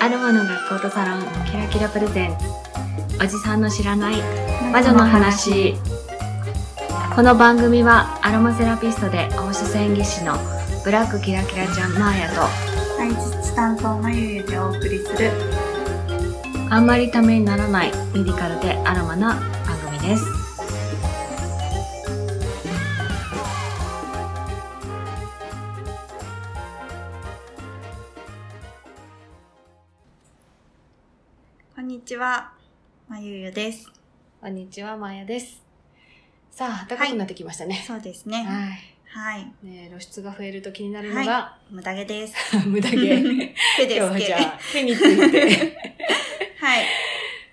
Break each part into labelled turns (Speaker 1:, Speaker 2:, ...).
Speaker 1: アロマの学校とサロンキラキラプレゼンツおじさんの知らない魔女の話この番組はアロマセラピストで放射線技師のブラックキラキラちゃんマーヤと
Speaker 2: 大実担当のゆうゆでお送りする
Speaker 1: あんまりためにならないメディカルでアロマな番組です
Speaker 2: こんにちはまゆゆです
Speaker 1: こんにちはマーヤですさあ暖かくなってきましたね、
Speaker 2: そうですね
Speaker 1: はい
Speaker 2: はい
Speaker 1: ねえ露出が増えると気になるのが、
Speaker 2: は無駄毛です
Speaker 1: 無駄毛
Speaker 2: 手で
Speaker 1: 今日
Speaker 2: す
Speaker 1: はじ
Speaker 2: け
Speaker 1: ゃあ手につい て
Speaker 2: はい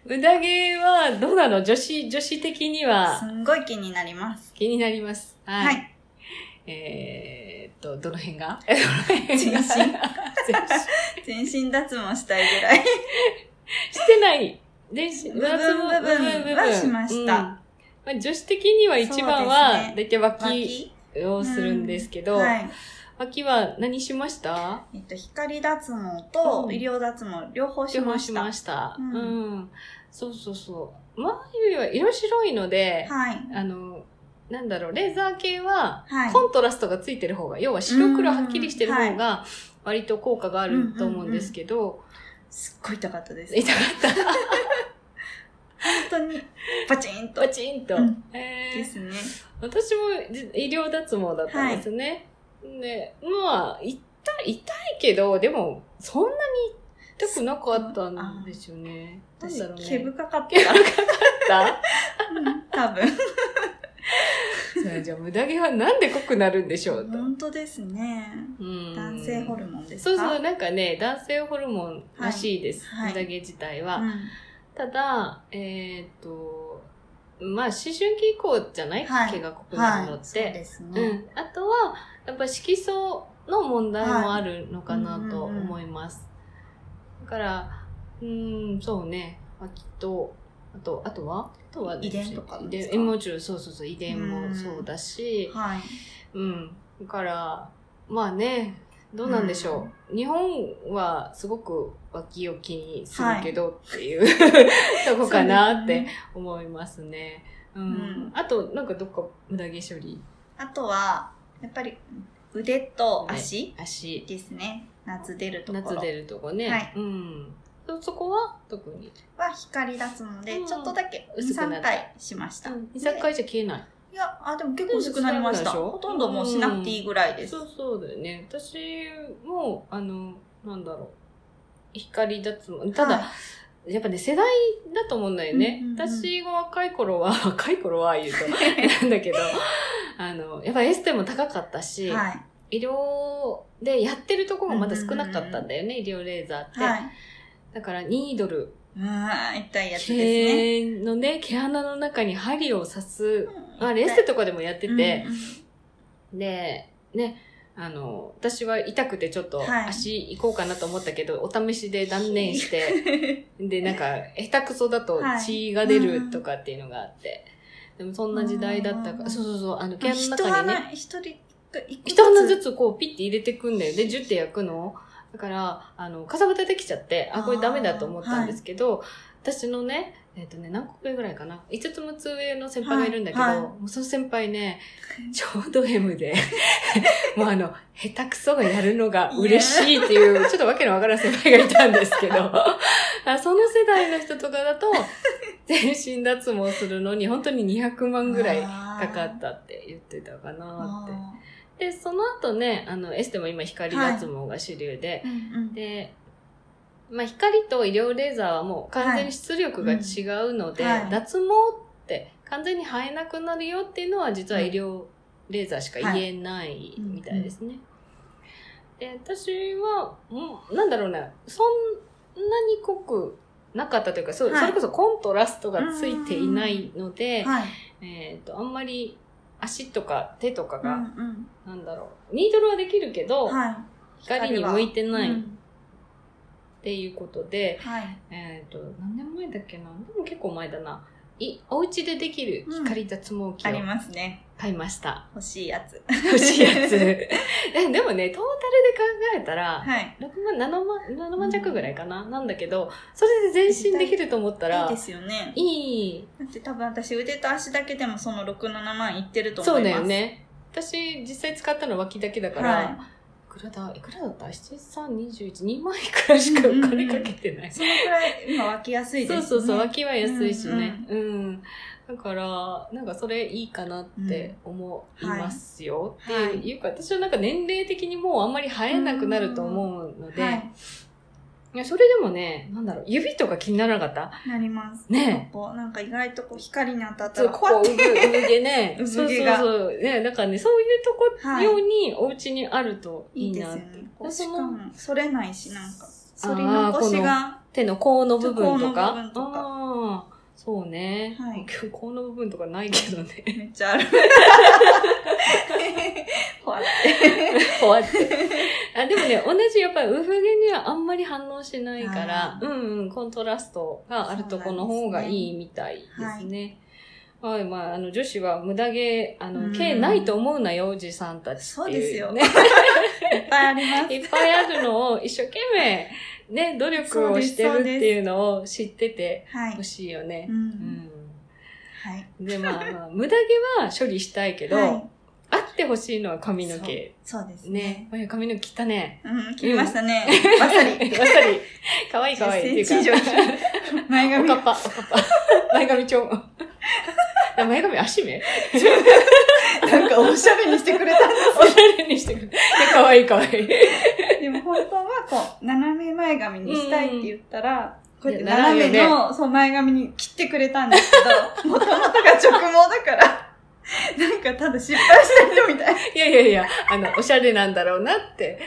Speaker 1: 無駄毛はどうなの女子女子的に
Speaker 2: す
Speaker 1: は
Speaker 2: んごい気になります
Speaker 1: 気になりますはい、
Speaker 2: はい、
Speaker 1: えーっとどの辺が
Speaker 2: 身
Speaker 1: 全身
Speaker 2: 全身脱毛したい ぐらい
Speaker 1: してない全身
Speaker 2: 部分部分はしました
Speaker 1: うんまあ、女子的には一番
Speaker 2: そうです
Speaker 1: は
Speaker 2: ね
Speaker 1: だいたい脇
Speaker 2: 脇
Speaker 1: をするんですけど、
Speaker 2: はい
Speaker 1: 脇は何しました
Speaker 2: えっと光脱毛と
Speaker 1: うん
Speaker 2: 医療脱毛両方し
Speaker 1: 両
Speaker 2: ま
Speaker 1: 方
Speaker 2: し
Speaker 1: したました。
Speaker 2: うん
Speaker 1: うん。そうそうそう。眉は色白いので、
Speaker 2: はい
Speaker 1: あの、なんだろう、レーザー系は、
Speaker 2: はい
Speaker 1: コントラストがついてる方が、要は白黒はっきりしてる方が、割と効果があると思うんですけど、
Speaker 2: すっごい痛かったです
Speaker 1: 痛かった。
Speaker 2: 本当にパチンと
Speaker 1: バチンと。
Speaker 2: うん
Speaker 1: えー
Speaker 2: ですね
Speaker 1: 私もじ医療脱毛だったんですね。で、まあ、痛い、痛いけど、でも、そんなに痛くなかったんですよね。なん
Speaker 2: 私
Speaker 1: だろうね。
Speaker 2: 毛深かっ
Speaker 1: 毛深
Speaker 2: た
Speaker 1: かった。
Speaker 2: うん多分
Speaker 1: それじゃあ、無駄毛はなんで濃くなるんでしょうと。
Speaker 2: 本当ですね
Speaker 1: うん
Speaker 2: 男性ホルモンですか
Speaker 1: そうそう、なんかね、男性ホルモンらしいです。
Speaker 2: はいは
Speaker 1: 無
Speaker 2: い
Speaker 1: 駄毛自体は。
Speaker 2: う
Speaker 1: ただ、えーっと、まあ、思春期以降じゃない、
Speaker 2: はい
Speaker 1: 毛が濃く
Speaker 2: ん
Speaker 1: なるの
Speaker 2: はい
Speaker 1: っ
Speaker 2: そう
Speaker 1: て。
Speaker 2: です
Speaker 1: う
Speaker 2: ね
Speaker 1: ん。あとは、やっぱ色素の問題もあるのかなと
Speaker 2: はいうんうんうん
Speaker 1: 思います。だから、うん、そうね、きっと、あと、あとはあとはね
Speaker 2: 遺伝とか
Speaker 1: 遺
Speaker 2: ですか
Speaker 1: 伝、もちろん、そうそうそう、遺伝
Speaker 2: う
Speaker 1: も
Speaker 2: ん
Speaker 1: そうだし、
Speaker 2: はい
Speaker 1: うん。だから、まあね、どうなんでしょう。日本はすごく脇を気にするけどっていう、 とこかなっ
Speaker 2: そう
Speaker 1: て
Speaker 2: ですね
Speaker 1: 思いますね。うん。
Speaker 2: うん
Speaker 1: あと、なんかどっか無駄毛処理、
Speaker 2: あとはやっぱり腕と足
Speaker 1: 足、
Speaker 2: ですね夏出るとこ
Speaker 1: 夏
Speaker 2: ろ
Speaker 1: 出るとこね。
Speaker 2: はい
Speaker 1: うん。そそこは特に。
Speaker 2: は光脱毛で
Speaker 1: うん
Speaker 2: ちょっとだけ
Speaker 1: 薄くな
Speaker 2: 23
Speaker 1: った
Speaker 2: 回しました
Speaker 1: 2、
Speaker 2: で
Speaker 1: 3回じゃ消えない。
Speaker 2: いやあでも結構薄くなりました
Speaker 1: でも
Speaker 2: ほとんどもうしなくていいぐらいです
Speaker 1: そうそうだよね。私も、あの、なんだろう。光脱毛。ただ、
Speaker 2: はい
Speaker 1: やっぱね、世代だと思うんだよね。
Speaker 2: うんうんうん
Speaker 1: 私が若い頃は、 若い頃は言う と、なんだけど、あの、やっぱエステも高かったし、
Speaker 2: はい
Speaker 1: 医療でやってるところもまだ少なかったんだよね、医療レーザーって。
Speaker 2: はい
Speaker 1: だから、ニードル、
Speaker 2: うーん痛いやつですね
Speaker 1: 毛のね、毛穴の中に針を刺す、
Speaker 2: うん
Speaker 1: まあ、エステとかでもやってて、
Speaker 2: うんうん
Speaker 1: で、ね、あの、私は痛くてちょっと
Speaker 2: はい
Speaker 1: 足行こうかなと思ったけど、お試しで断念して、で、なんか、下手くそだと
Speaker 2: はい
Speaker 1: 血が出るとかっていうのがあって、でもそんな時代だったか
Speaker 2: う
Speaker 1: ら、
Speaker 2: ん
Speaker 1: そうそうそう、あの、毛
Speaker 2: 人
Speaker 1: 穴の中
Speaker 2: は
Speaker 1: にね、
Speaker 2: な一人一個
Speaker 1: 一穴ずつこうピッて入れてくんだよ。で、ジュって焼くのをだから、あの、かさぶたできちゃって、あ、これダメだと思ったんですけど、私のね、えっ、とね、何個上ぐらいかな ?5 つ6つ上の先輩がいるんだけど、
Speaker 2: はいはい
Speaker 1: もうその先輩ね、ちょうど M で、 もうあの、下手くそがやるのが嬉しいっていう、ちょっとわけのわからん先輩がいたんですけど、あその世代の人とかだ と、全身脱毛するのに本当に200万ぐらいか
Speaker 2: か
Speaker 1: かったって言ってたかなって。
Speaker 2: あ
Speaker 1: で、その後ね、あの、エステも今光脱毛が主流で、
Speaker 2: ーうんうん
Speaker 1: で、まあ、光と医療レーザーはもう完全に出力が違うので、
Speaker 2: はいうんはい
Speaker 1: 脱毛って完全に生えなくなるよっていうのは実は医療レーザーしか言えないみたいですね。で、私は、うんなんだろうな、そんなに濃くなかったというか、そう
Speaker 2: はい
Speaker 1: それこそコントラストがついていないので、
Speaker 2: はい
Speaker 1: えっ、と、あんまり足とか手とかが、
Speaker 2: うん
Speaker 1: なんだろう。ニードルはできるけ
Speaker 2: う
Speaker 1: ど、
Speaker 2: んはい
Speaker 1: 光に向いてないっ
Speaker 2: うん
Speaker 1: ていうことで、
Speaker 2: はい
Speaker 1: えっ、と、何年前だっけなでも結構前だな。い、お家でできる光脱毛器
Speaker 2: あ
Speaker 1: を
Speaker 2: りますね
Speaker 1: 買いました。
Speaker 2: 欲しいやつ
Speaker 1: 欲しいやつ。えでもね、トータルで考えたら、
Speaker 2: はい。
Speaker 1: 6万、7万、7万弱ぐらいかな、なんだけど、それで前進できると思ったら、
Speaker 2: いい
Speaker 1: い
Speaker 2: ですよね。
Speaker 1: い
Speaker 2: だって多分私腕と足だけでもその6、7万いってると
Speaker 1: そ
Speaker 2: 思
Speaker 1: う
Speaker 2: いま
Speaker 1: だ
Speaker 2: す。
Speaker 1: よ。ね。私、実際使ったの脇だけだから、い、
Speaker 2: は
Speaker 1: くらだ、いくらだった七三二十一、2万いくらしかお金かけてない
Speaker 2: い。。そのくらい今湧きやすいです、
Speaker 1: そう
Speaker 2: ね。
Speaker 1: そうそう、脇は安いしね。うん、だから、なんかそれいいかなって思いますよ。
Speaker 2: うんはい
Speaker 1: っていうか、私はなんか年齢的にもうあんまり生えなくなると思うので、
Speaker 2: はい。
Speaker 1: いやそれでもね、なんだろう、指とか気にならなかった
Speaker 2: なります。
Speaker 1: ねえ。
Speaker 2: こうなんか意外とこう光に当たった
Speaker 1: そう、
Speaker 2: ら、
Speaker 1: ここ、
Speaker 2: 怖
Speaker 1: う
Speaker 2: っ。
Speaker 1: ぶ、うぶ毛ね
Speaker 2: 産
Speaker 1: そう
Speaker 2: 毛
Speaker 1: そう
Speaker 2: が
Speaker 1: そう。ね、だからね、そういうとこ
Speaker 2: はい
Speaker 1: ようにお家にあると
Speaker 2: い
Speaker 1: い
Speaker 2: い
Speaker 1: い
Speaker 2: です
Speaker 1: な
Speaker 2: よ
Speaker 1: って。
Speaker 2: ね。こ
Speaker 1: で
Speaker 2: うし
Speaker 1: そ
Speaker 2: か
Speaker 1: の
Speaker 2: も、それないし、なんか、反り
Speaker 1: あー
Speaker 2: 残しが、
Speaker 1: 手の甲の部分とか。
Speaker 2: 甲の部分とか
Speaker 1: ああ、そうね。
Speaker 2: はい
Speaker 1: 今日甲の部分とかないけどね。
Speaker 2: めっちゃ ある。ほわって。
Speaker 1: 終わって。あでもね、同じやっぱりウフ毛にはあんまり反応しないから
Speaker 2: あ、
Speaker 1: うんうん、コントラストがあるとこの方がいいみたいですね。はい、まあ、あの、女子は無駄毛、あ
Speaker 2: う
Speaker 1: の、
Speaker 2: ん
Speaker 1: 毛ないと思うなよ、おじさんたちっていう。
Speaker 2: そうですよ
Speaker 1: ね。
Speaker 2: いっぱいありま す。
Speaker 1: いっぱいあるのを一生懸命、ね、努力をしてるっていうのを知ってて
Speaker 2: は
Speaker 1: ほ
Speaker 2: い。
Speaker 1: しいよね
Speaker 2: う。。
Speaker 1: うんん。
Speaker 2: はい。
Speaker 1: で、まあ、まあ、無駄毛は処理したいけど、
Speaker 2: はい
Speaker 1: あってほしいのは髪の毛。
Speaker 2: そうです
Speaker 1: ね
Speaker 2: ね。。
Speaker 1: まゆ髪の毛切ったね。
Speaker 2: うん、切りましたね。バッサ リ。
Speaker 1: わさ り。かわいいかわいい。
Speaker 2: 10センチ以上
Speaker 1: っていうか
Speaker 2: 前
Speaker 1: お
Speaker 2: 髪
Speaker 1: か っぱ、おかっ ぱ。前髪長。あ 前髪足目
Speaker 2: なんかおしゃれにしてくれた。
Speaker 1: おしゃれにしてくる。かわいいかわいい。
Speaker 2: でも本当はこう、斜め前髪にしたいって言ったら、こうやって
Speaker 1: いや斜め
Speaker 2: 斜
Speaker 1: ね
Speaker 2: めの、そう前髪に切ってくれたんですけど、 もともとが直毛だから、なんかただ失敗した人みたい。
Speaker 1: いやいやいや、あの、おしゃれなんだろうなって。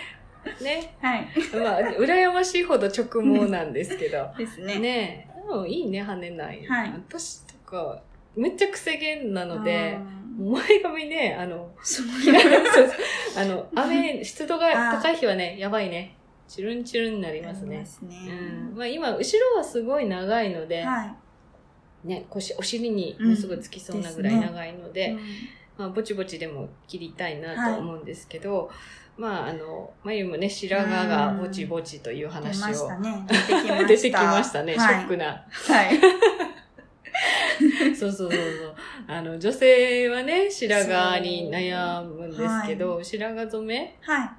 Speaker 1: ね。
Speaker 2: はい。
Speaker 1: まあ、羨ましいほど直毛なんですけど。
Speaker 2: ですね。
Speaker 1: ねえ。でもいいね、跳ねない。
Speaker 2: はい
Speaker 1: 私とか、めっちゃ癖毛なので、
Speaker 2: あー、
Speaker 1: 前髪ね、あの、
Speaker 2: そう
Speaker 1: 嫌いなそうそう あの、雨、湿度が高い日はね、やばいね。チュルンチュルンになります
Speaker 2: あり
Speaker 1: ね
Speaker 2: ま。すね
Speaker 1: うんまあ、今、後ろはすごい長いので、
Speaker 2: は
Speaker 1: ね、腰、お尻にもうすぐつきそうなぐらい
Speaker 2: うんですね
Speaker 1: 長いの
Speaker 2: い。
Speaker 1: で、
Speaker 2: うん
Speaker 1: まあ、ぼちぼちでも切りたいなと思うんですけど、まあ、あの、眉もね、白髪がぼちぼちという
Speaker 2: 出ま
Speaker 1: 話
Speaker 2: し
Speaker 1: を
Speaker 2: た。ね。出てきまし た。
Speaker 1: 出てきましたね、
Speaker 2: は
Speaker 1: シ
Speaker 2: い
Speaker 1: ョックな。
Speaker 2: はい。
Speaker 1: そうそうそうそう。あの、女性はね、白髪に悩むんですけど、白髪染め
Speaker 2: は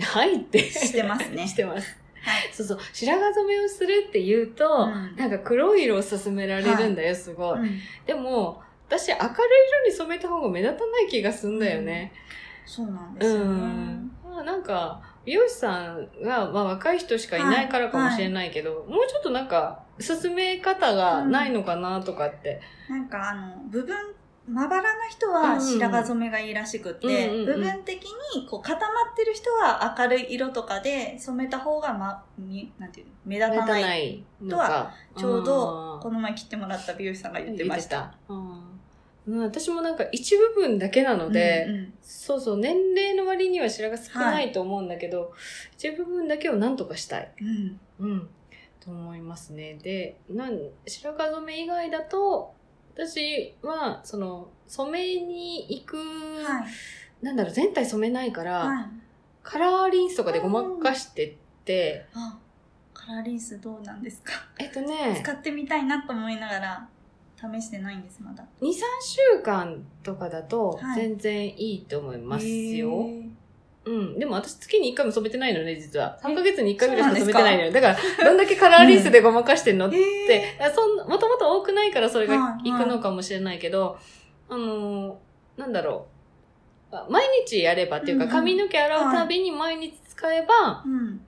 Speaker 1: はいって。
Speaker 2: い。してます ね。
Speaker 1: してます。
Speaker 2: はい
Speaker 1: そうそう。白髪染めをするって言うと、
Speaker 2: うん
Speaker 1: なんか黒い色を勧められるんだよ、すごい。
Speaker 2: うん
Speaker 1: でも、私明るい色に染めた方が目立たない気がすんだよね。
Speaker 2: そうなんで
Speaker 1: う
Speaker 2: す
Speaker 1: ん。
Speaker 2: よね。
Speaker 1: まあ、なんか、美容師さんが、まあ、若い人しかいないからかもしれないけど、もうちょっとなんか、勧め方がないのかなとかって。
Speaker 2: なんかあの部分まばらな人は白髪染めがいいらしくって、
Speaker 1: うんうんうん
Speaker 2: 部分的にこう固まってる人は明るい色とかで染めた方が、ま、みなんていうの目立
Speaker 1: 目
Speaker 2: た
Speaker 1: 立た
Speaker 2: ない
Speaker 1: ないの
Speaker 2: と
Speaker 1: か。
Speaker 2: ちょう
Speaker 1: あ
Speaker 2: ど
Speaker 1: ー
Speaker 2: この前切ってもらった美容師さんが言ってました
Speaker 1: うんうん私もなんか一部分だけなので、
Speaker 2: うんうん
Speaker 1: そうそう、年齢の割には白髪少ないと思うんだけど、一部分だけを何とかしたい。
Speaker 2: うん
Speaker 1: うん。と思いますね。で、なん白髪染め以外だと、私は、その、染めに行く、
Speaker 2: はい
Speaker 1: なんだろう、全体染めないから、
Speaker 2: はい
Speaker 1: カラーリンスとかでごまかしてって、
Speaker 2: あカラーリンスどうなんですか、
Speaker 1: えっとね、
Speaker 2: 使ってみたいなと思いながら試してないんですまだ
Speaker 1: 2、3週間とかだと
Speaker 2: は、い
Speaker 1: 全然いいと思いますよ。
Speaker 2: へー
Speaker 1: うん。でも私月に1回も染めてないのね、実は。3ヶ月に1回ぐらいしか染めて
Speaker 2: そうなんですか
Speaker 1: ないのよ。だから、どんだけカラーリンスでごまかしてんのっ
Speaker 2: へー
Speaker 1: て、あそんもともと多くないからそれが
Speaker 2: はい
Speaker 1: いくのかもしれないけど、あのーなんだろう。あ毎日やればっていうか、
Speaker 2: うんうん
Speaker 1: 髪の毛洗うたびに毎日使えば、
Speaker 2: うん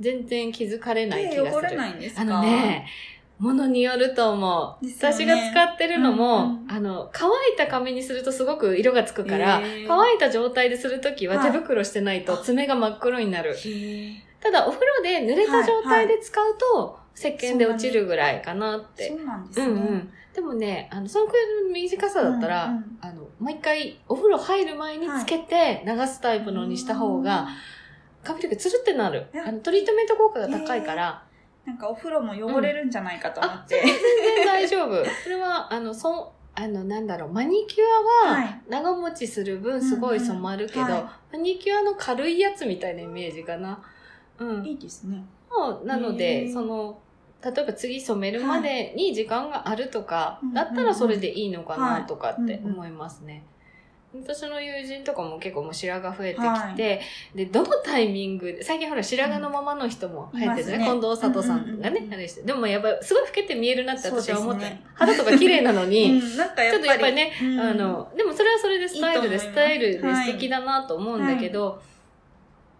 Speaker 1: 全然気づかれない気
Speaker 2: 手
Speaker 1: がする。
Speaker 2: 汚れないんですか
Speaker 1: あのね、ものによると思う。
Speaker 2: ですよね
Speaker 1: 私が使ってるのも、
Speaker 2: うんうん
Speaker 1: あの、乾いた髪にするとすごく色がつくから、
Speaker 2: へー
Speaker 1: 乾いた状態でするときは
Speaker 2: は
Speaker 1: 手
Speaker 2: い
Speaker 1: 袋してないと爪が真っ黒になる。
Speaker 2: へー
Speaker 1: ただ、お風呂で濡れた状態で使うと、石鹸で落ちるぐらいかなって。
Speaker 2: そうなんです
Speaker 1: う
Speaker 2: ね、
Speaker 1: んうん。でもね、あの、そのくらいの短さだったら、
Speaker 2: うんうん
Speaker 1: あの、毎回お風呂入る前につけて流すタイプのにした方が、髪の毛つるってなる。
Speaker 2: え
Speaker 1: あの、トリートメント効果が高いから、
Speaker 2: なんかお風呂も汚れるんじゃないかと思って、
Speaker 1: 全然大丈夫。それは、あの、そ、あの、なんだろう、マニキュア
Speaker 2: は。
Speaker 1: はい長持ちする分すごい染まるけど、
Speaker 2: うんうんは
Speaker 1: マニキュアの軽いやつみたいなイメージかな。うん。
Speaker 2: いいですね。
Speaker 1: もうなの
Speaker 2: へー
Speaker 1: でその例えば次染めるまでに時間があるとか、
Speaker 2: はい
Speaker 1: だったらそれでいいのか
Speaker 2: うんうんう
Speaker 1: なんとかっ
Speaker 2: はい
Speaker 1: て
Speaker 2: うんうん
Speaker 1: 思いますね。私の友人とかも結構もう白髪増えてきて、
Speaker 2: はい
Speaker 1: で、どのタイミングで、最近ほら白髪のままの人も生えてるね。
Speaker 2: いますね
Speaker 1: 近藤里さんが
Speaker 2: うんうんう
Speaker 1: ね、
Speaker 2: ん
Speaker 1: あれして。でもやっぱりすごい老けて見えるなって私は思った。
Speaker 2: そうですね
Speaker 1: 肌とか綺麗なの
Speaker 2: う
Speaker 1: に、
Speaker 2: ん、なんか
Speaker 1: ち
Speaker 2: や
Speaker 1: ょ
Speaker 2: っ
Speaker 1: っとや
Speaker 2: ぱ
Speaker 1: っぱり
Speaker 2: り。
Speaker 1: ね、
Speaker 2: うん
Speaker 1: あ、の、でもそれはそれでスタイル
Speaker 2: い
Speaker 1: で、
Speaker 2: いと思います
Speaker 1: スタイルで素敵だなと思うんだけど、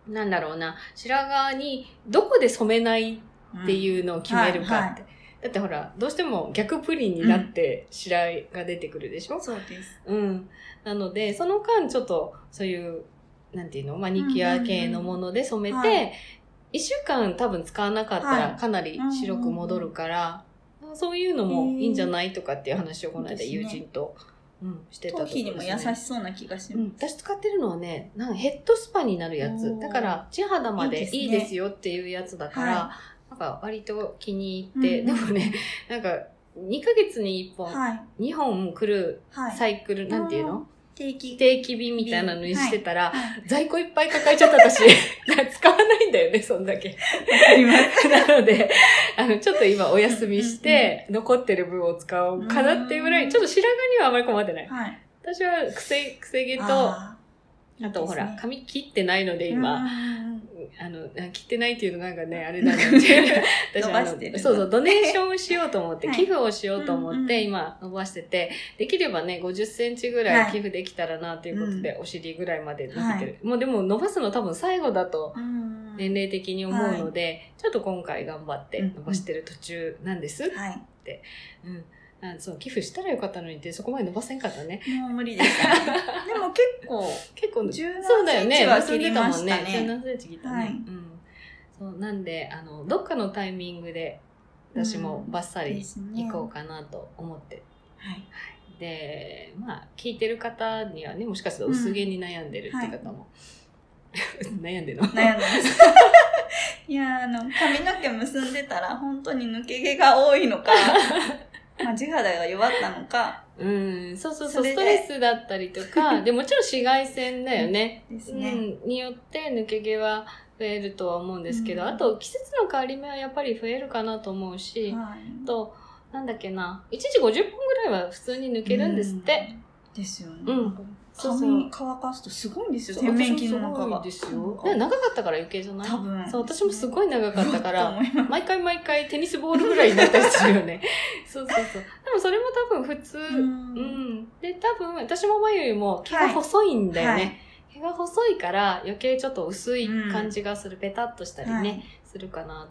Speaker 1: なんだろうな、白髪にどこで染めないって
Speaker 2: う
Speaker 1: いうのを決めるかって。
Speaker 2: はいは
Speaker 1: だってほら、どうしても逆プリンになって白髪が出てくるでしょ
Speaker 2: ん。、そうです。
Speaker 1: うん、なので、その間ちょっとそういう、なんていうの、マニキュア系のもので染め
Speaker 2: うんうんうん
Speaker 1: て、一、週間多分使わなかった
Speaker 2: は
Speaker 1: ら
Speaker 2: い
Speaker 1: かなり白く戻るから、そういうのもいいんじゃないとかっていう話をこの間
Speaker 2: いいで
Speaker 1: 友
Speaker 2: すね
Speaker 1: 人と、うん、してた
Speaker 2: 頭
Speaker 1: ところ
Speaker 2: 皮にも
Speaker 1: です
Speaker 2: 優
Speaker 1: ね
Speaker 2: しそうな気がし
Speaker 1: うん、
Speaker 2: ま
Speaker 1: 私使ってるのはねなんかヘッドスパになるや
Speaker 2: お
Speaker 1: つ
Speaker 2: ー
Speaker 1: だから地肌ま
Speaker 2: いい
Speaker 1: で
Speaker 2: ですね
Speaker 1: いいですよっていうやつだから
Speaker 2: は
Speaker 1: なんか割と気に入って、
Speaker 2: うん
Speaker 1: でもねなんか2ヶ月に1
Speaker 2: す。
Speaker 1: 本、
Speaker 2: はい。
Speaker 1: 2本来る
Speaker 2: はい。
Speaker 1: サイクル、なんていうの
Speaker 2: 定期
Speaker 1: 定期便みたいなのにしてたら、
Speaker 2: はい
Speaker 1: 在庫いっぱい抱えちゃった私 使わないんだよねそんだけ
Speaker 2: あります。
Speaker 1: なのであのちょっと今お休みして、残ってる分を使おうかなっていうぐら
Speaker 2: う
Speaker 1: い
Speaker 2: ん
Speaker 1: ちょっと白髪にはあまり困ってない
Speaker 2: はい。
Speaker 1: 私はくせくせ毛と
Speaker 2: あー、
Speaker 1: あとほら、
Speaker 2: いいですね
Speaker 1: 髪切ってないので
Speaker 2: う
Speaker 1: 今、
Speaker 2: んうんうん
Speaker 1: あの、切ってないっていうのなんかね、あれ なんだよね 私
Speaker 2: 伸ばしてる
Speaker 1: あのそう そう、ドネーションをしようと思って、
Speaker 2: はい
Speaker 1: 寄付をしようと
Speaker 2: うん
Speaker 1: 思
Speaker 2: う
Speaker 1: っ
Speaker 2: ん
Speaker 1: て、今伸ばしてて、できればね、50センチぐら
Speaker 2: はい
Speaker 1: い寄付できたらなということで、お尻ぐらいまで伸び
Speaker 2: は
Speaker 1: て
Speaker 2: い
Speaker 1: る。もうでも伸ばすの多分最後だと、
Speaker 2: うん
Speaker 1: 年齢的に思うので、ちょっと今回頑張って
Speaker 2: うん
Speaker 1: 伸ばしてる途中なんです。
Speaker 2: はい。
Speaker 1: うん。あそう、寄付したらよかったのにって、そこまで伸ばせんかったね。
Speaker 2: もう無理です、ね。 でも結構、
Speaker 1: 結構、
Speaker 2: 17
Speaker 1: そうだよね。
Speaker 2: センチは
Speaker 1: 忘
Speaker 2: 切
Speaker 1: れ
Speaker 2: り
Speaker 1: て
Speaker 2: ま
Speaker 1: もん
Speaker 2: した
Speaker 1: ね。
Speaker 2: ね。
Speaker 1: 17センチ切ったね。
Speaker 2: はい
Speaker 1: うん。そう、なんで、あの、どっかのタイミングで、私もバッサ
Speaker 2: で
Speaker 1: リ
Speaker 2: すね。
Speaker 1: 行こうかなと思って。
Speaker 2: はい。
Speaker 1: で、まあ、聞いてる方にはね、もしかしたら薄毛に悩んでるって方も。 悩んでるの
Speaker 2: 悩んでます。 いやーあの髪の毛結んでたら本当に抜け毛が多いの か、まあ、地肌が弱ったのか
Speaker 1: うん、そうそうそ、
Speaker 2: そうれで
Speaker 1: ストレスだったりと か、で、もちろん紫外線だよね。
Speaker 2: ですね。
Speaker 1: うん、によって抜け毛は増えるとは思うんですけど、
Speaker 2: うん
Speaker 1: あと季節の変わり目はやっぱり増えるかなと思うし、
Speaker 2: はい、
Speaker 1: あとなんだっけな1時50分ぐらいは普通に抜けるんですって、
Speaker 2: うん。ですよね。
Speaker 1: うんそうそう
Speaker 2: 髪乾かすとすごいんですよ、洗面器の中が。
Speaker 1: 私もすごいですよで長かったから余計じゃない
Speaker 2: 多分。
Speaker 1: そう私もすごい長かったか
Speaker 2: と
Speaker 1: ら
Speaker 2: 思います
Speaker 1: 毎回毎回テニスボールぐらいになったりするよね そうそうそうでもそれも多分普通うん、で多分私も前よりも毛が細いんだよね、
Speaker 2: はい
Speaker 1: 毛が細いから余計ちょっと薄い感じがする、ペタッとしたりね、
Speaker 2: はい
Speaker 1: するかな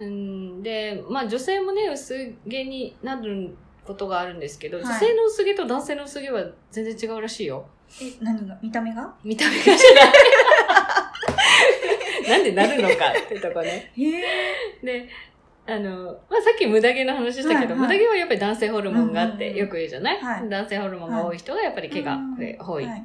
Speaker 1: と。うん、で、まあ女性もね、薄毛になることがあるんですけど、
Speaker 2: はい
Speaker 1: 女性の薄毛と男性の薄毛は全然違うらしいよ。
Speaker 2: え、何が見た目が
Speaker 1: 見た目 がじゃない。なんでなるのかってとこね。
Speaker 2: へえ。
Speaker 1: で、あの、まあ、さっき無駄毛の話したけど、
Speaker 2: はいはい
Speaker 1: 無駄毛はやっぱり男性ホルモンがあっ
Speaker 2: うんうん
Speaker 1: て
Speaker 2: うん
Speaker 1: よく言うじゃない、
Speaker 2: はい
Speaker 1: 男性ホルモンが多い人がやっぱり毛が増え多い。
Speaker 2: はい。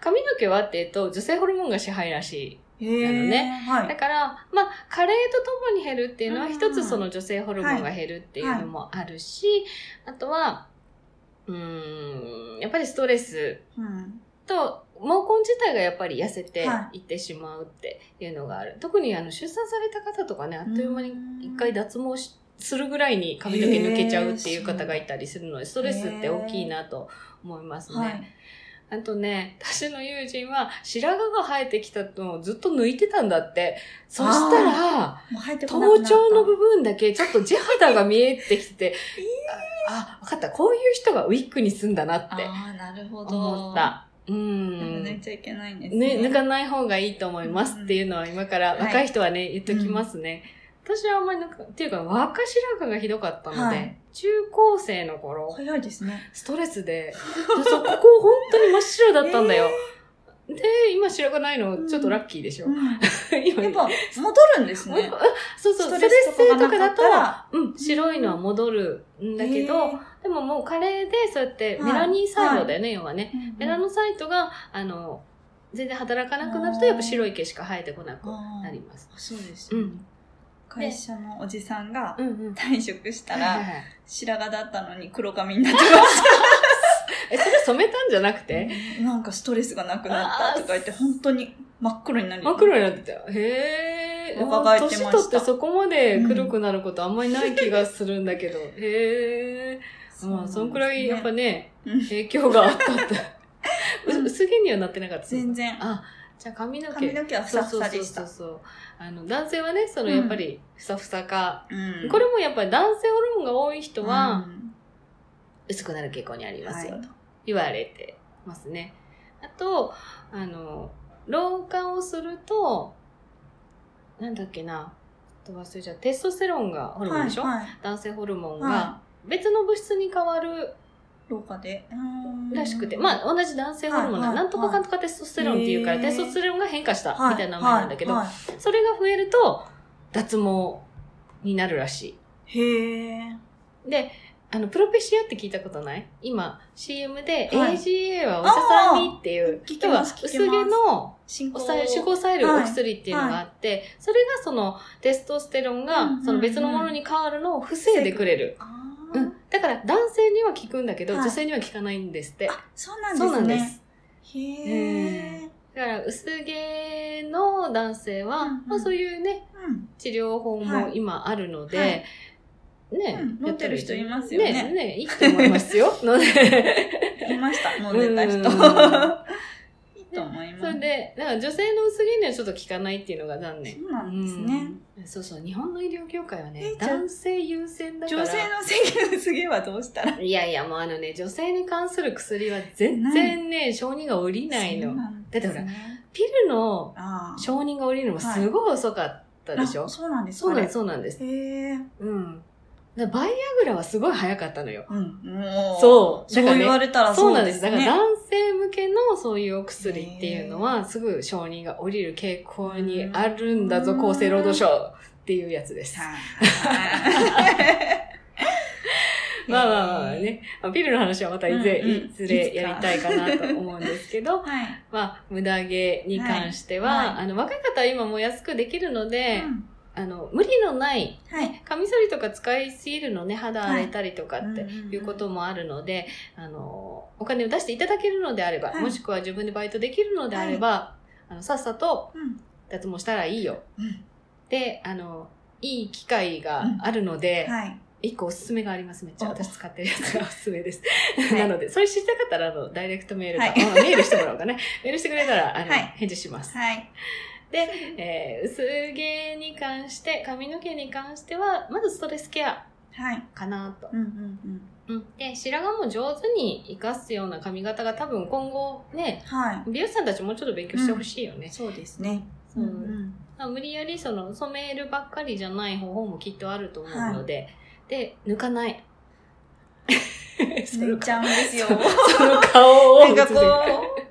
Speaker 1: 髪の毛はって言うと、女性ホルモンが支配らしい。
Speaker 2: へ
Speaker 1: な
Speaker 2: え。
Speaker 1: のね
Speaker 2: は
Speaker 1: だ
Speaker 2: い。
Speaker 1: から、まあ、加齢とともに減るっていうのは、
Speaker 2: うん
Speaker 1: 一つその女性ホルモンが減るっていうのもあるし、あとは、うーん、やっぱりストレス
Speaker 2: うん。
Speaker 1: と、毛根自体がやっぱり痩せていってしまうっていうのがある。特にあの、出産された方とかね、あっという間に一回脱毛しするぐらいに髪の毛抜けちゃうっていう方がいたりするので、ストレスって大きいなと思いますね。
Speaker 2: はい。
Speaker 1: あとね、私の友人は白髪が生えてきたのをずっと抜いてたんだって。そしたら、
Speaker 2: もう入ってこなく
Speaker 1: 頭
Speaker 2: なった
Speaker 1: 頂の部分だけちょっと地肌が見えてき てあ、あわかった。こういう人がウィッグに住んだなって
Speaker 2: ああ、なるほど。
Speaker 1: 思っ。た。う
Speaker 2: 抜い
Speaker 1: ん。
Speaker 2: ちゃいけないんです
Speaker 1: ね、抜かない方がいいと思いますっていうのは今から
Speaker 2: はい
Speaker 1: 若い人はね、言っときますね。私はあんまりなんか、っていうか若白髪がひどかったので、
Speaker 2: はい
Speaker 1: 中高生の頃、
Speaker 2: 早いですね。
Speaker 1: ストレスで、そうここ本当に真っ白だったんだ よ。で、今白がないの、ちょっとラッキーでしょ。
Speaker 2: うん
Speaker 1: 今
Speaker 2: やっぱ戻るんです
Speaker 1: もう
Speaker 2: ね
Speaker 1: あ。そうそう、ストレス性とかだと、うん、白いのは戻るんだけど、、でももう加齢でそうやってメラニン細胞だよね、要はね。メラノサイトが、あの、全然働かなくなると、やっぱ白い毛しか生えてこなくなります。
Speaker 2: そうです。
Speaker 1: うん。
Speaker 2: 会社のおじさんが
Speaker 1: うん うん。
Speaker 2: 退職した
Speaker 1: はい
Speaker 2: ら、
Speaker 1: はいはい
Speaker 2: 白髪だったのに黒髪になってまし
Speaker 1: え、それ染めたんじゃなくて
Speaker 2: た。なんかストレスがなくなったとか言って、本当に真っ黒に なり
Speaker 1: 真っ黒になってたよ。へえ。
Speaker 2: 若返ってました
Speaker 1: 年取ってそこまで黒くなることあんまりない気がするんだけど。へえ。まあ、そんくらいやっぱ
Speaker 2: ね。
Speaker 1: ね、
Speaker 2: うん
Speaker 1: 影響があったって。
Speaker 2: うん
Speaker 1: う薄毛にはなってなかった。
Speaker 2: 全然。
Speaker 1: あ、じゃあ髪の毛。
Speaker 2: 髪の毛はふさふさでし
Speaker 1: そ
Speaker 2: た
Speaker 1: う。そうそうそうあの男性はねその
Speaker 2: うん
Speaker 1: やっぱりふさふさか、
Speaker 2: うん
Speaker 1: これもやっぱり男性ホルモンが多い人は
Speaker 2: うん
Speaker 1: 薄くなる傾向にありますよ
Speaker 2: はい
Speaker 1: と言われてますね、あとあの老化をするとなんだっけなちょっと忘れちゃうテストステロンがホルモンでしょ、
Speaker 2: はいはい
Speaker 1: 男性ホルモンが
Speaker 2: は
Speaker 1: 別の物質に変わる
Speaker 2: 廊下で。うーん
Speaker 1: らしくて、まあ同じ男性ホルモンだ、
Speaker 2: はいはい
Speaker 1: なんとかかんとかテストステロンっていうから、
Speaker 2: へー
Speaker 1: テストステロンが変化した
Speaker 2: はい
Speaker 1: みたいな名前なんだけど、
Speaker 2: はいは
Speaker 1: それが増えると脱毛になるらし
Speaker 2: いへえ。
Speaker 1: い。で、あの、プロペシアって聞いたことない今、CM で
Speaker 2: はい
Speaker 1: AGA はお医者さんにっていう、
Speaker 2: 聞き
Speaker 1: 要は
Speaker 2: ます
Speaker 1: 薄
Speaker 2: 聞きます
Speaker 1: 毛の
Speaker 2: 進
Speaker 1: お
Speaker 2: 行
Speaker 1: さえ手法を抑えるお薬っていうのがあって、それがそのテストステロン
Speaker 2: うんうん
Speaker 1: が
Speaker 2: うん
Speaker 1: その別のものに変わるのを防いでくれる。
Speaker 2: あー
Speaker 1: うん、だから男性には効くんだけど、
Speaker 2: はい
Speaker 1: 女性には効かないんですって。
Speaker 2: あ、そうなんです
Speaker 1: そ
Speaker 2: ね。
Speaker 1: うなんです。
Speaker 2: へえ。
Speaker 1: だから薄毛の男性は、
Speaker 2: うんうん
Speaker 1: まあ、そういうね
Speaker 2: うん。
Speaker 1: 治療法も今あるので、
Speaker 2: はい
Speaker 1: ね、
Speaker 2: うん
Speaker 1: やたら
Speaker 2: 飲んでる人いますよね
Speaker 1: ねねいいと思います よ飲んで
Speaker 2: い ました、飲んでた人
Speaker 1: うん。
Speaker 2: いいと思い
Speaker 1: そ
Speaker 2: ます
Speaker 1: れ。でだから女性の薄毛にはちょっと効かないっていうのが残念
Speaker 2: そうなんですね。
Speaker 1: うんそうそう日本の医療業界はね
Speaker 2: えじゃあ
Speaker 1: 男性優先だから
Speaker 2: 女性の性の次はどうしたら
Speaker 1: いやいやもうあのね女性に関する薬は全然ね承認が下りないの
Speaker 2: だ
Speaker 1: だってほピルの
Speaker 2: ああ。
Speaker 1: 承認が下りるのもすごい遅かったでしょ、
Speaker 2: あそうなんです
Speaker 1: そうなんです
Speaker 2: す。
Speaker 1: そうなんです
Speaker 2: へえ。
Speaker 1: うん。だからバイアグラはすごい早かったのよ。
Speaker 2: うん。もう。
Speaker 1: そう
Speaker 2: そう
Speaker 1: だからね
Speaker 2: 言われたら
Speaker 1: そうなん
Speaker 2: で
Speaker 1: ですす。
Speaker 2: ね
Speaker 1: だから男性向けのそういうお薬っていうのは、すぐ承認が下りる傾向にあるんだぞ、
Speaker 2: うん
Speaker 1: 厚生労働省っていうやつ です。
Speaker 2: はい
Speaker 1: まあまあまあ。ね、ピルの話はまたいずれ、
Speaker 2: うんうん
Speaker 1: いずれやりたいかなと思うんですけど、
Speaker 2: はい。
Speaker 1: まあ、無駄毛に関しては、
Speaker 2: はいはい
Speaker 1: あの、若い方は今もう安くできるので、
Speaker 2: うん
Speaker 1: あの、無理のない、
Speaker 2: はい。
Speaker 1: カミソリとか使いすぎるのね、肌荒れたりとかって、
Speaker 2: ん
Speaker 1: いうこともあるので、あの、お金を出していただけるのであれば、
Speaker 2: はい
Speaker 1: もしくは自分でバイトできるのであれば、あの、さっさと
Speaker 2: うん。
Speaker 1: 脱毛したらいいよ。
Speaker 2: うん
Speaker 1: で、あの、いい機会があるので、
Speaker 2: はい。
Speaker 1: 一個おすすめがあります。めっちゃ
Speaker 2: お
Speaker 1: 私使ってるやつ がおすすめです。
Speaker 2: い
Speaker 1: なので、それ知りたかったら、あの、ダイレクトメールか、
Speaker 2: はい
Speaker 1: あメールしてもらおうかね。メールしてくれたら、あの、
Speaker 2: はい
Speaker 1: 返事します。
Speaker 2: はい。
Speaker 1: えー薄毛に関して、髪の毛に関しては、まずストレスケア
Speaker 2: はい。
Speaker 1: かなと
Speaker 2: うんうんう
Speaker 1: う
Speaker 2: ん。
Speaker 1: ん、で白髪も上手に生かすような髪型が多分今後ね
Speaker 2: はい。
Speaker 1: 美容師さんたちもうちょっと勉強してほしいよね、
Speaker 2: そうですね。
Speaker 1: うんまあ無理やりその染めるばっかりじゃない方法もきっとあると思うので、で抜かない そ
Speaker 2: 塗
Speaker 1: の
Speaker 2: っちゃうんですよ。
Speaker 1: その顔 を
Speaker 2: なんかこ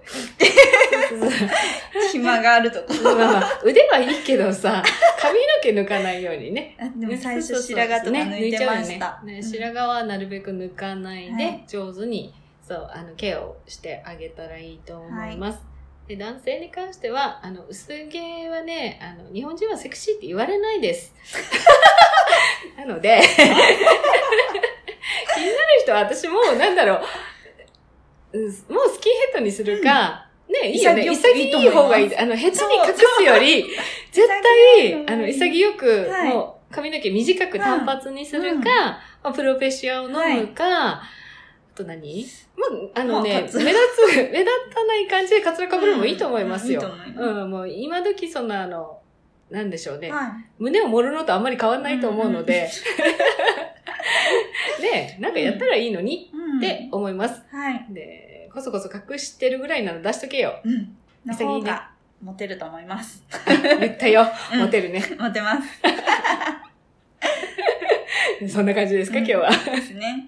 Speaker 2: う、暇があるとこ。
Speaker 1: まあまあ腕はいいけどさ髪の毛抜かないようにね
Speaker 2: あでも最
Speaker 1: そう
Speaker 2: 初
Speaker 1: そうそう
Speaker 2: 白髪とか
Speaker 1: ね
Speaker 2: 抜いて
Speaker 1: ちゃう
Speaker 2: ま
Speaker 1: よ
Speaker 2: した。
Speaker 1: ね
Speaker 2: う
Speaker 1: ね
Speaker 2: ん
Speaker 1: 白髪はなるべく抜かないで、
Speaker 2: はい
Speaker 1: 上手にそうあのケアをしてあげたらいいと思います、で男性に関してはあの薄毛はねあの日本人はセクシーって言われないです なので気になる人は私もうなんだろううんもうスキンヘッドにするか、ね、いいよね。
Speaker 2: 潔く
Speaker 1: 潔い方がい
Speaker 2: いい
Speaker 1: い。あの、ヘッドに隠すより、絶
Speaker 2: 潔い
Speaker 1: 対、
Speaker 2: 方
Speaker 1: あ
Speaker 2: が
Speaker 1: の、
Speaker 2: いい
Speaker 1: 潔く、
Speaker 2: はい
Speaker 1: もう、髪の毛短く単発にするか、
Speaker 2: うんうん
Speaker 1: まあ、プロフェッシアを飲むか、あと何まあ、あのね、
Speaker 2: ま
Speaker 1: 目
Speaker 2: あカ
Speaker 1: 立つ
Speaker 2: ツ、
Speaker 1: 目立たない感じでカツラかぶるのもいいと思いますよ
Speaker 2: うんいい。と思います
Speaker 1: うん、もう、今時そんな、あの、なんでしょうね。
Speaker 2: は
Speaker 1: 胸を盛るのとあんまり変わんないと思うので、 ね、なんかやったらいいのに
Speaker 2: いう
Speaker 1: っ
Speaker 2: ん。
Speaker 1: て思います。
Speaker 2: はい。
Speaker 1: で、こそこそ隠してるぐらいなら出しとけよ。
Speaker 2: うん。の
Speaker 1: 潔い
Speaker 2: 方
Speaker 1: ね
Speaker 2: がモテると思い ます。
Speaker 1: 言ったよ。
Speaker 2: うん
Speaker 1: モテるね。
Speaker 2: モテます。
Speaker 1: そんな感じですか、今日は。
Speaker 2: そうですね。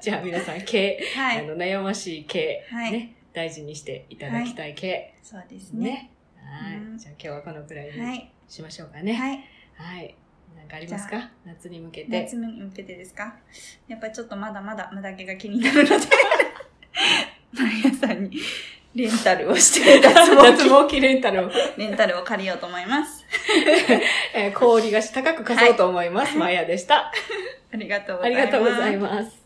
Speaker 1: じゃあ皆さん、毛、
Speaker 2: は
Speaker 1: あ
Speaker 2: い。
Speaker 1: の、悩ましい毛、
Speaker 2: はい
Speaker 1: ね、大事にしていただきたい毛、
Speaker 2: そうですね。
Speaker 1: ね。はい、
Speaker 2: うん
Speaker 1: じゃあ今日はこのくらい
Speaker 2: は
Speaker 1: に
Speaker 2: い。
Speaker 1: しましょうかね。はい。
Speaker 2: はい。
Speaker 1: なんかありますか夏に向けて。
Speaker 2: 夏に向けてですかやっぱりちょっとまだまだ無駄毛が気になるのでマリアさんにレンタルをし て、脱毛
Speaker 1: 脱
Speaker 2: 器。
Speaker 1: 毛器レンタルを、
Speaker 2: レンタルを借りようと思います。
Speaker 1: えー、氷がし高く貸そうと思います。マヤでした。
Speaker 2: ありがとうご
Speaker 1: あ
Speaker 2: ざい
Speaker 1: り
Speaker 2: ま
Speaker 1: が
Speaker 2: す。
Speaker 1: とうございます。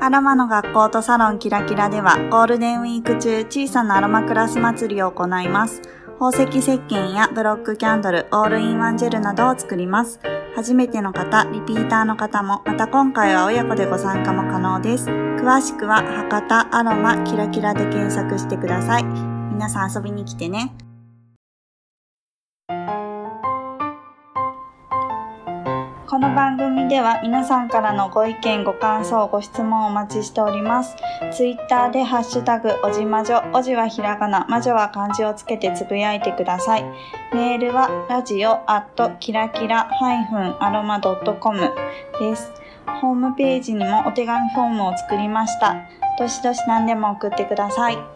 Speaker 2: アロマの学校とサロンキラキラではゴールデンウィーク中小さなアロマクラス祭りを行います。宝石石鹸やブロックキャンドル、オールインワンジェルなどを作ります。初めての方、リピーターの方も、また今回は親子でご参加も可能です。詳しくは博多アロマキラキラで検索してください。皆さん遊びに来てね。この番組では皆さんからのご意見、ご感想、ご質問をお待ちしております。ツイッターでハッシュタグ、おじまじょ、おじはひらがな、まじょは漢字をつけてつぶやいてください。メールは、ラジオアットキラキラアロマ .com です。ホームページにもお手紙フォームを作りました。どしどし何でも送ってください。